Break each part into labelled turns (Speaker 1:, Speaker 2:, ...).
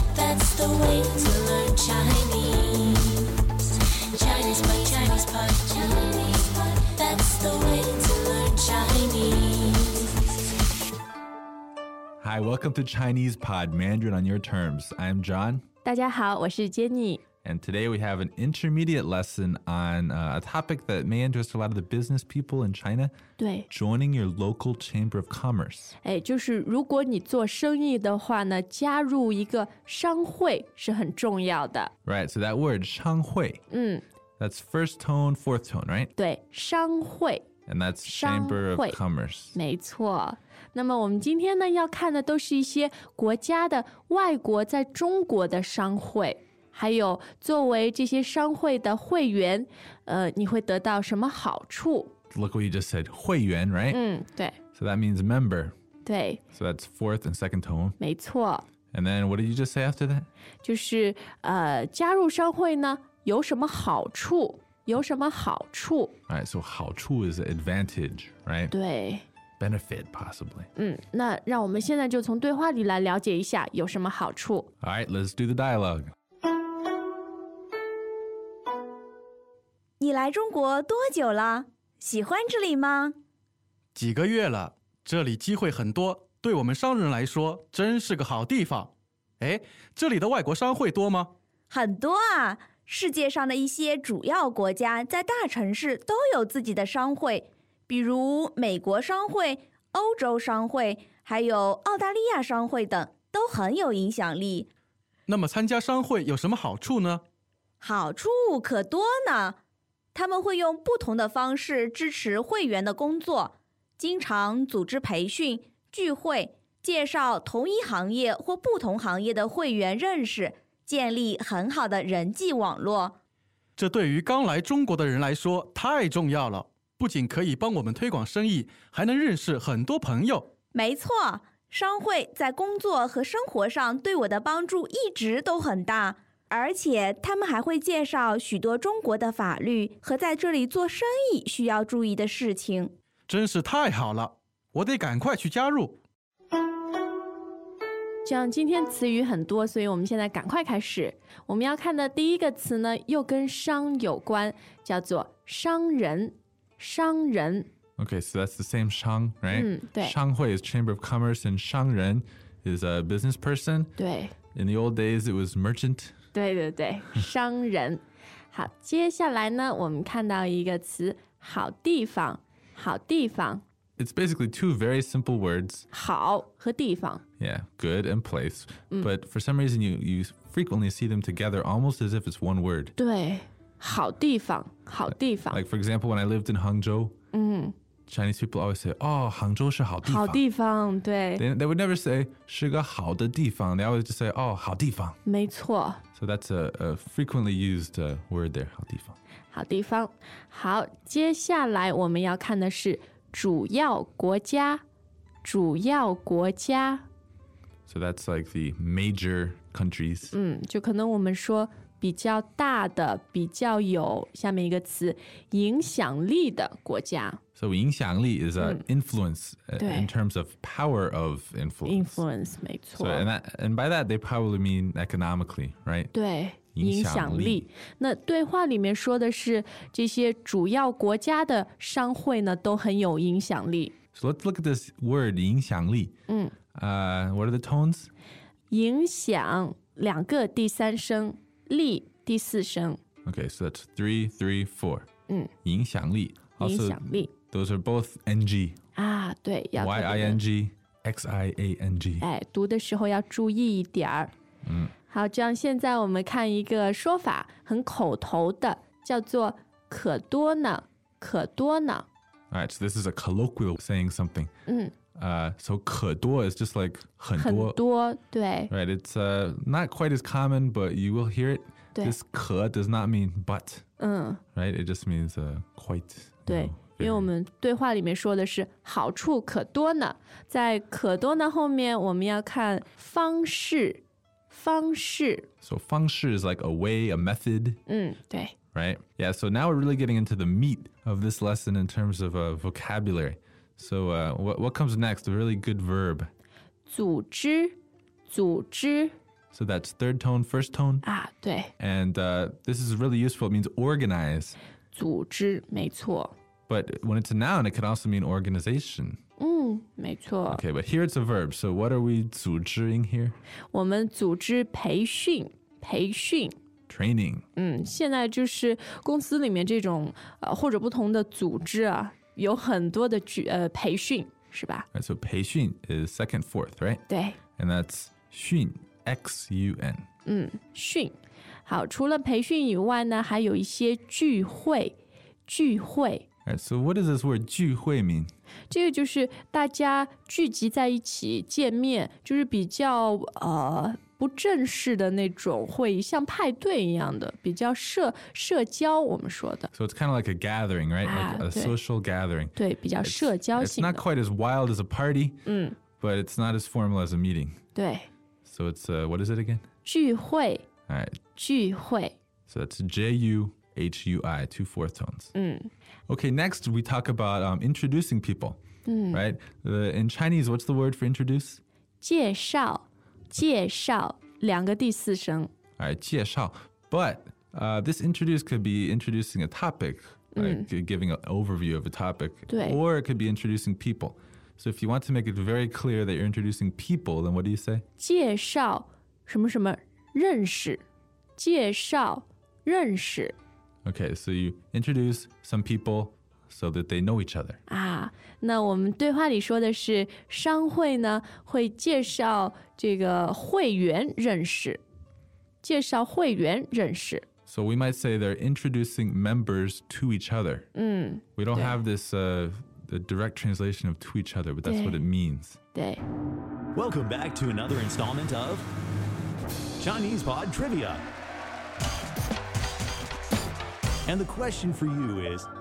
Speaker 1: a way to learn Chinese. Chinese pot, Chinese pot, Chinese pot. That's the way to learn Chinese.
Speaker 2: Hi, welcome to Chinese Pod Mandarin on Your Terms. I'm John,
Speaker 3: 大家好，我是 Jenny。
Speaker 2: and today we have an intermediate lesson on uh, a topic that may interest a lot of the business people in China
Speaker 3: 对，
Speaker 2: joining your local chamber of commerce.
Speaker 3: 哎，就是如果你做生意的话呢，加入一个商会是很重要的。
Speaker 2: Right, so that word, shanghui,
Speaker 3: 嗯，
Speaker 2: that's first tone, fourth tone, right?
Speaker 3: 对，商会，
Speaker 2: And that's chamber of
Speaker 3: 商会。
Speaker 2: commerce.
Speaker 3: 没错。那么我们今天呢要看的都是一些国家的外国在中国的商会，还有作为这些商会的会员，呃，你会得到什么好处？
Speaker 2: Look what you just said, huiyuan, right?
Speaker 3: 嗯，对，
Speaker 2: So that means member.
Speaker 3: 对，
Speaker 2: So that's fourth and second tone.
Speaker 3: 没错。
Speaker 2: And then what did you just say after that?
Speaker 3: 就是呃，加入商会呢有什么好处？有什么好处？
Speaker 2: All right, so 好处 is advantage, right?
Speaker 3: 对，
Speaker 2: Benefit, possibly.
Speaker 3: 嗯，那让我们现在就从对话里来了解一下有什么好处。
Speaker 2: All right, let's do the dialogue.
Speaker 4: 你来中国多久了？喜欢这里吗？
Speaker 5: 几个月了，这里机会很多，对我们商人来说真是个好地方。哎，这里的外国商会多吗？
Speaker 4: 很多啊！世界上的一些主要国家在大城市都有自己的商会，比如美国商会、欧洲商会，还有澳大利亚商会等，都很有影响力。
Speaker 5: 那么参加商会有什么好处呢？
Speaker 4: 好处可多呢。他们会用不同的方式支持会员的工作，经常组织培训、聚会，介绍同一行业或不同行业的会员认识，建立很好的人际网络。
Speaker 5: 这对于刚来中国的人来说太重要了，不仅可以帮我们推广生意，还能认识很多朋友。
Speaker 4: 没错，商会在工作和生活上对我的帮助一直都很大，而且他们还会介绍许多中国的法律和在这里做生意需要注意的事情。
Speaker 5: 真是太好了，我得赶快去加入。
Speaker 3: 这样今天词语很多，所以我们现在赶快开始。我们要看的第一个词呢，又跟商有关，叫做商人。商人，
Speaker 2: Okay, so that's the same shang, right?
Speaker 3: 嗯，对。
Speaker 2: Shanghui is chamber of commerce, and shangren is a business person.
Speaker 3: 对，
Speaker 2: In the old days, it was merchant.
Speaker 3: 对对对，商人。好，接下来呢，我们看到一个词，好地方，好地方，
Speaker 2: It's basically two very simple words,
Speaker 3: 好和地方。
Speaker 2: yeah, good and place.
Speaker 3: Mm.
Speaker 2: But for some reason, you you frequently see them together, almost as if it's one word.
Speaker 3: 对，好地方，好地方，嗯
Speaker 2: Like for example, when I lived in Hangzhou, Chinese people always say, "Oh, Hangzhou 是好地方."
Speaker 3: 好地方，对，
Speaker 2: They, they would never say 是个好的地方. They always just say, "Oh, 好地方."
Speaker 3: 没错，
Speaker 2: So that's a, a frequently used uh, word there, 好地方.
Speaker 3: 好地方。好，接下来我们要看的是主要国家，主要国家，
Speaker 2: So that's like the major countries.
Speaker 3: 嗯，就可能我们说比较大的、比较有下面一个词影响力的国家
Speaker 2: So 影响力 is
Speaker 3: Mm.
Speaker 2: uh, influence uh,
Speaker 3: 对。
Speaker 2: in terms of power of influence.
Speaker 3: ，influence，没
Speaker 2: So
Speaker 3: 错。
Speaker 2: and that and by that they probably mean economically, right?
Speaker 3: 对，
Speaker 2: 影
Speaker 3: 影
Speaker 2: 响
Speaker 3: 响
Speaker 2: 力
Speaker 3: 力。那对话里面说的是这些主要国家的商会呢，都很有影响力。
Speaker 2: So let's look at this word 影响力.
Speaker 3: Mm.
Speaker 2: Uh, what are the tones?
Speaker 3: 影响两个第三声，力第四声，
Speaker 2: Okay, so that's three, three, four. 影响力. Also,
Speaker 3: Mm. 影响力。
Speaker 2: those are both ng.
Speaker 3: 啊，对，要
Speaker 2: Y
Speaker 3: 特
Speaker 2: i
Speaker 3: 别地
Speaker 2: n g x i a n g.
Speaker 3: 哎，读的时候要注意一点儿。嗯，好，这样现在我们看一个说法，很口头的，叫做“可多呢，可多呢
Speaker 2: All right, so this is a colloquial saying something.
Speaker 3: 嗯。
Speaker 2: Uh, so 可多 is just like ”，
Speaker 3: 很多，对
Speaker 2: Right, it's uh, not quite as common, but you will hear it.
Speaker 3: 对
Speaker 2: This 可 does not mean but,
Speaker 3: 嗯，
Speaker 2: right? It just means uh, quite. you
Speaker 3: 对
Speaker 2: know,，
Speaker 3: 因为我
Speaker 2: very-
Speaker 3: 们对话里面说的是好处可多呢，在可多呢后面我们要看方式，方式，
Speaker 2: So 方式 is like a way, a method,
Speaker 3: 嗯，对，
Speaker 2: right? Yeah, so now we're really getting into the meat of this lesson in terms of uh, vocabulary. So uh, what, what comes next? A really good verb.
Speaker 3: 组织，组织，
Speaker 2: So that's third tone, first tone.
Speaker 3: 啊，对，
Speaker 2: And uh, this is really useful. It means organize.
Speaker 3: 组织，没错，
Speaker 2: But when it's a noun, it can also mean organization.
Speaker 3: 嗯，没错
Speaker 2: Okay, but here it's a verb. So what are we 组织ing here?
Speaker 3: 我们组织培训，培训。
Speaker 2: Training.
Speaker 3: 嗯，现在就是公司里面这种呃或者不同的组织啊，有很多的举呃培训是吧？
Speaker 2: Right, so 培训 is second, fourth, right?
Speaker 3: 对，
Speaker 2: And that's 训, X-U-N.
Speaker 3: 嗯训。好，除了培训以外呢，还有一些聚会，聚会，
Speaker 2: All right, so what does this word 聚会 mean?
Speaker 3: 这个就是大家聚集在一起见面，就是比较呃不正式的那种会议，像派对一样的，比较社社交，我们说的
Speaker 2: So it's kind of like a gathering, right? Like
Speaker 3: Ah,
Speaker 2: a
Speaker 3: 对。
Speaker 2: social gathering.
Speaker 3: 对，比较社交
Speaker 2: It's
Speaker 3: 性
Speaker 2: not
Speaker 3: 的，
Speaker 2: quite as wild as a party,
Speaker 3: 嗯，
Speaker 2: but it's not as formal as a meeting.
Speaker 3: 对，
Speaker 2: So it's, uh, what is it again?
Speaker 3: 聚会，
Speaker 2: All right,
Speaker 3: 聚会，
Speaker 2: so that's J U H U I, two fourth tones.
Speaker 3: 嗯。
Speaker 2: Okay, next we talk about um, introducing people, right? The, in Chinese, what's the word for introduce?
Speaker 3: 介绍，介绍两个第四声，
Speaker 2: All right, 介绍. But uh, this introduce could be introducing a topic, like uh, giving an overview of a topic,
Speaker 3: 对。
Speaker 2: or it could be introducing people. So if you want to make it very clear that you're introducing people, then what do you say?
Speaker 3: 介绍什么什么认识，介绍认识
Speaker 2: Okay, so you introduce some people so that they know each other.
Speaker 3: 啊。那我们对话里说的是商会呢会介绍这个会员认识，介绍会员认识，
Speaker 2: So we might say they're introducing members to each other. we don't have this uh, the direct translation of to each other, but that's what
Speaker 3: Yeah.
Speaker 2: it means.
Speaker 3: 对。
Speaker 6: Welcome back to another installment of Chinese Pod Trivia. And the question for you is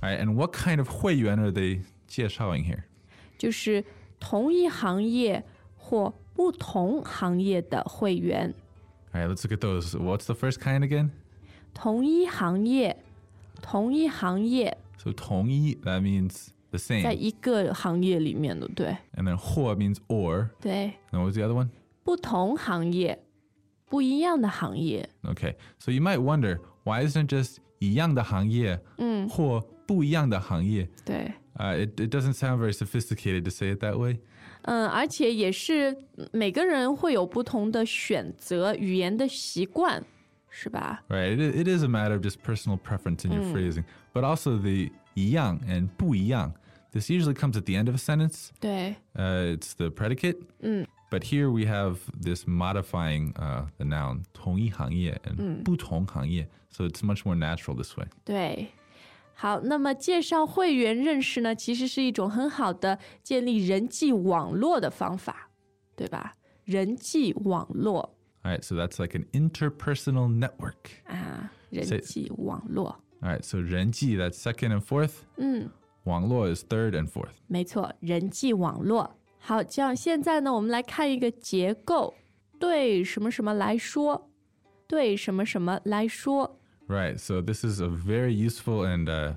Speaker 2: All right, and what kind of 会员 are they 介绍ing here?
Speaker 3: 就是同一行业或不同行业的会员，
Speaker 2: All right, let's look at those. What's the first kind again?
Speaker 3: 同一行业，同一行业。
Speaker 2: So 同意 that means the
Speaker 3: 在
Speaker 2: same,
Speaker 3: 一个行业里面的，对
Speaker 2: and then 或 means or.
Speaker 3: 对，
Speaker 2: And what was the other one?
Speaker 3: 不同行业，不一样的行业，
Speaker 2: Okay, so you might wonder why isn't it just 一样的行业或不一样的行业?
Speaker 3: 对，
Speaker 2: Uh, it, it doesn't sound very sophisticated to say it that way.
Speaker 3: 嗯，而且也是每个人会有不同的选择，语言的习惯，是吧？
Speaker 2: Right. It, it is a matter of just personal preference in your phrasing, but also the 一样 and 不一样. This usually comes at the end of a sentence.
Speaker 3: 对，
Speaker 2: Uh, it's the predicate. But here we have this modifying uh, the noun 同一行业 and 不同行业, so it's much more natural this way.
Speaker 3: 对。好，那么介绍会员认识呢，其实是一种很好的建立人际网络的方法，对吧？人际网络
Speaker 2: All right. So that's like an interpersonal network.
Speaker 3: 啊，人
Speaker 2: 所以
Speaker 3: 际网络，
Speaker 2: All right. So 人际 that's second and fourth.
Speaker 3: 嗯。
Speaker 2: 网络 is third and fourth.
Speaker 3: 没错，人际网络。好，这样现在呢，我们来看一个结构，对什么什么来说，对什么什么来说，
Speaker 2: Right. So this is a very useful and uh,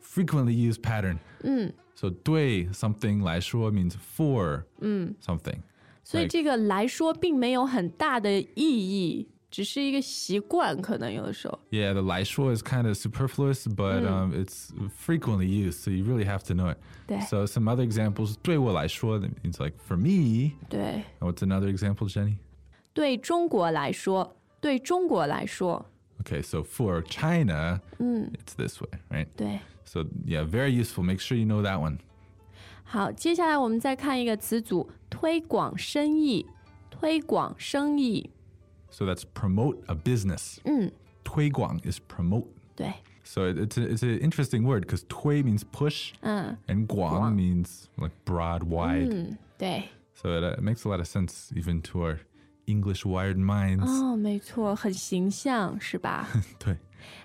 Speaker 2: frequently used pattern.
Speaker 3: 嗯
Speaker 2: So 对 something 来说 means for something.
Speaker 3: 所以
Speaker 2: Right.
Speaker 3: 这个来说并没有很大的意义，只是一个习惯，可能有的时候。
Speaker 2: Yeah, the 来说 is kind of superfluous, but um, it's frequently used, so you really have to know it.
Speaker 3: 对
Speaker 2: So some other examples 对我来说 that means like for me.
Speaker 3: 对，
Speaker 2: And what's another example, Jenny?
Speaker 3: 对中国来说，对中国来说，
Speaker 2: Okay, so for China, it's this way, right?
Speaker 3: 对。
Speaker 2: So yeah, very useful. Make sure you know that one.
Speaker 3: 好，接下来我们再看一个词组，推广生意，推广生意，嗯
Speaker 2: So that's promote a business. 推广 is promote.
Speaker 3: 对，
Speaker 2: So it- it's a, it's an interesting word because 推 means push
Speaker 3: 嗯，
Speaker 2: and 广 means like broad, wide.
Speaker 3: 对。
Speaker 2: So it, uh, makes a lot of sense even to our English Wired Minds，、
Speaker 3: 哦，没错，很形象，是吧？
Speaker 2: 对，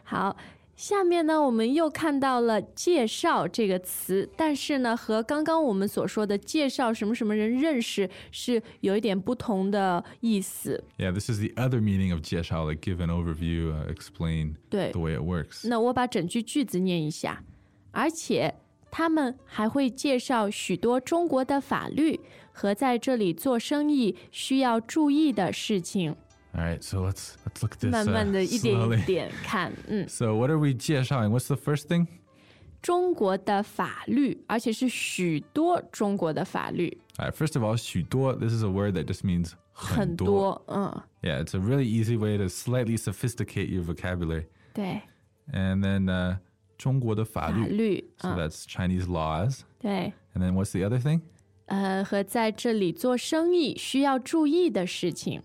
Speaker 3: 好，下面呢，我们又看到了“介绍”这个词，但是呢，和刚刚我们所说的介绍什么什么人认识是有一点不同的意思。
Speaker 2: yeah. This is the other meaning of 介绍, like give an overview, uh, explain
Speaker 3: 对
Speaker 2: the way it works.
Speaker 3: 那我把整句句子念一下，而且他们还会介绍许多中国的法律和在这里做生意需要注意的事情，
Speaker 2: All right, so let's let's look at this
Speaker 3: 慢
Speaker 2: uh,
Speaker 3: 慢的一点一
Speaker 2: slowly.
Speaker 3: 点看，嗯。
Speaker 2: So what are we 介绍ing? What's the first thing?
Speaker 3: 中国的法律，而且是许多中国的法律，
Speaker 2: All right, first of all, 许多, this is a word that just means
Speaker 3: 很
Speaker 2: 很多.
Speaker 3: 多，嗯，
Speaker 2: Yeah, it's a really easy way to slightly sophisticate your vocabulary.
Speaker 3: 对，
Speaker 2: And then uh,
Speaker 3: 法
Speaker 2: 中国的法律,
Speaker 3: 律，
Speaker 2: so
Speaker 3: 嗯，
Speaker 2: that's Chinese laws.
Speaker 3: 对，
Speaker 2: And then what's the other thing?
Speaker 3: 呃，和在这里做生意需要注意的事情，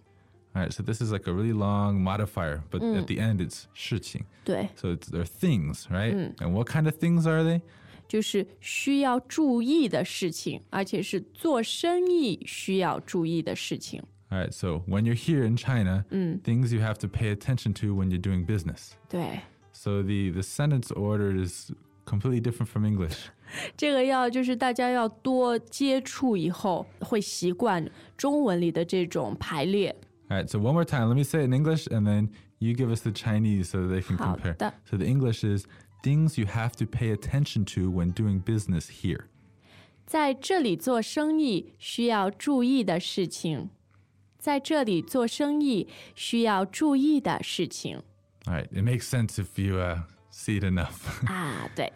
Speaker 2: All right, so this is like a really long modifier, but
Speaker 3: Mm.
Speaker 2: at the end it's 事情.
Speaker 3: 对，
Speaker 2: So it's, they're things, right? And what kind of things are they?
Speaker 3: 就是需要注意的事情，而且是做生意需要注意的事情。
Speaker 2: All right, so when you're here in China, things you have to pay attention to when you're doing business.
Speaker 3: 对，
Speaker 2: So the, the sentence order is completely different from English.
Speaker 3: 这个要就是大家要多接触以后会习惯中文里的这种排列。
Speaker 2: All right, so one more time, let me say it in English and then you give us the Chinese so they can compare.
Speaker 3: 好的。
Speaker 2: So the English is things you have to pay attention to when doing business here.
Speaker 3: 在这里做生意需要注意的事情，在这里做生意需要注意的事情
Speaker 2: All right, it makes sense if you uh, see it enough.
Speaker 3: 啊，对。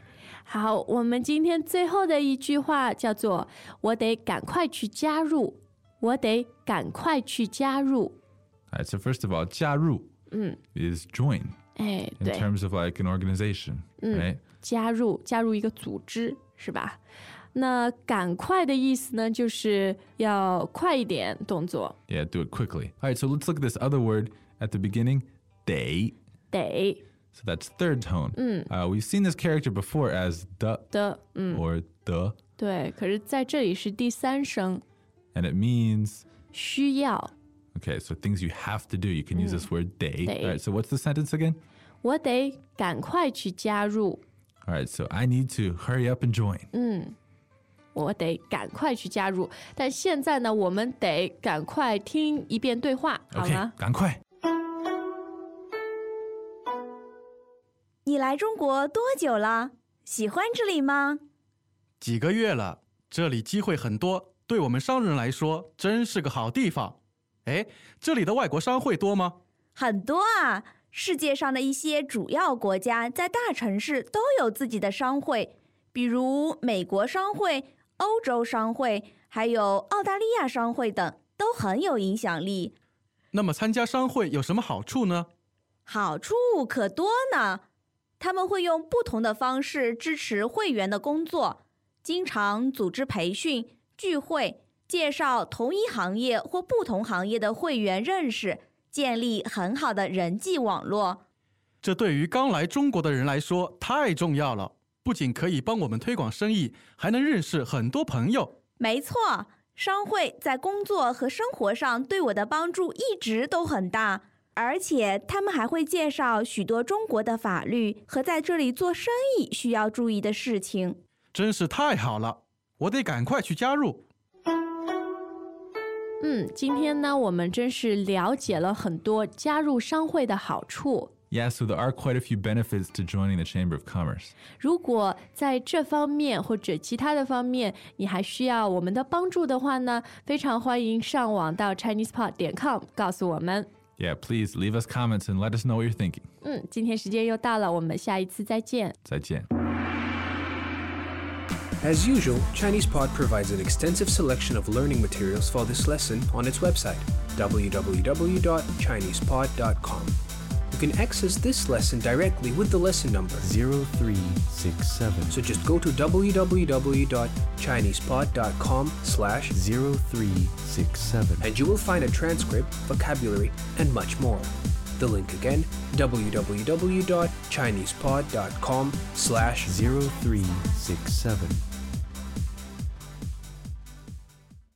Speaker 3: 好，我们今天最后的一句话叫做“我得赶快去加入”，我得赶快去加入。
Speaker 2: All right, so first of all, 加入 is Mm. join Mm.
Speaker 3: 哎，
Speaker 2: in
Speaker 3: 对，
Speaker 2: terms of like an organization, right?
Speaker 3: 加入加入一个组织是吧？那赶快的意思呢，就是要快一点动作，
Speaker 2: Yeah, do it quickly. All right, so let's look at this other word at the beginning, day.
Speaker 3: 得
Speaker 2: So that's third tone. Uh, we've seen this character before as the
Speaker 3: 的，嗯，
Speaker 2: or the,
Speaker 3: 对。可是在这里是第三声，
Speaker 2: and it means
Speaker 3: 需要，
Speaker 2: Okay, so things you have to do. You can use this word day.
Speaker 3: Day.
Speaker 2: All right, so what's the sentence again?
Speaker 3: 我得赶快去加入，嗯
Speaker 2: All right, so I need to hurry up and join.
Speaker 3: 我得赶快去加入。但现在呢，我们得赶快听一遍对话，好
Speaker 2: Okay,
Speaker 3: 吗？
Speaker 2: 赶快.
Speaker 4: 你来中国多久了？喜欢这里吗？
Speaker 5: 几个月了，这里机会很多，对我们商人来说真是个好地方。哎，这里的外国商会多吗？
Speaker 4: 很多啊！世界上的一些主要国家在大城市都有自己的商会，比如美国商会、欧洲商会，还有澳大利亚商会等，都很有影响力。
Speaker 5: 那么参加商会有什么好处呢？
Speaker 4: 好处可多呢。他们会用不同的方式支持会员的工作，经常组织培训、聚会，介绍同一行业或不同行业的会员认识，建立很好的人际网络。
Speaker 5: 这对于刚来中国的人来说太重要了，不仅可以帮我们推广生意，还能认识很多朋友。
Speaker 4: 没错，商会在工作和生活上对我的帮助一直都很大，而且他们还会介绍许多中国的法律和在这里做生意需要注意的事情。
Speaker 5: 真是太好了，我得赶快去加入。
Speaker 3: 嗯，今天呢，我们真是了解了很多加入商会的好处。
Speaker 2: Yeah, so there are quite a few benefits to joining the Chamber of Commerce.
Speaker 3: 如果在这方面或者其他的方面你还需要我们的帮助的话呢，非常欢迎上网到 chinesepod 点 com 告诉我们。
Speaker 2: Yeah, please leave us comments and let us know what you're thinking.
Speaker 3: 嗯，今天时间又到了，我们下一次再见。
Speaker 2: 再见.
Speaker 7: As usual, ChinesePod provides an extensive selection of learning materials for this lesson on its website, www.chinesepod.com. You can access this lesson directly with the lesson number,
Speaker 8: 0367
Speaker 7: so just go to www.chinesepod.com slash
Speaker 8: 0367
Speaker 7: and you will find a transcript, vocabulary, and much more. The link again, www.chinesepod.com slash
Speaker 8: 0367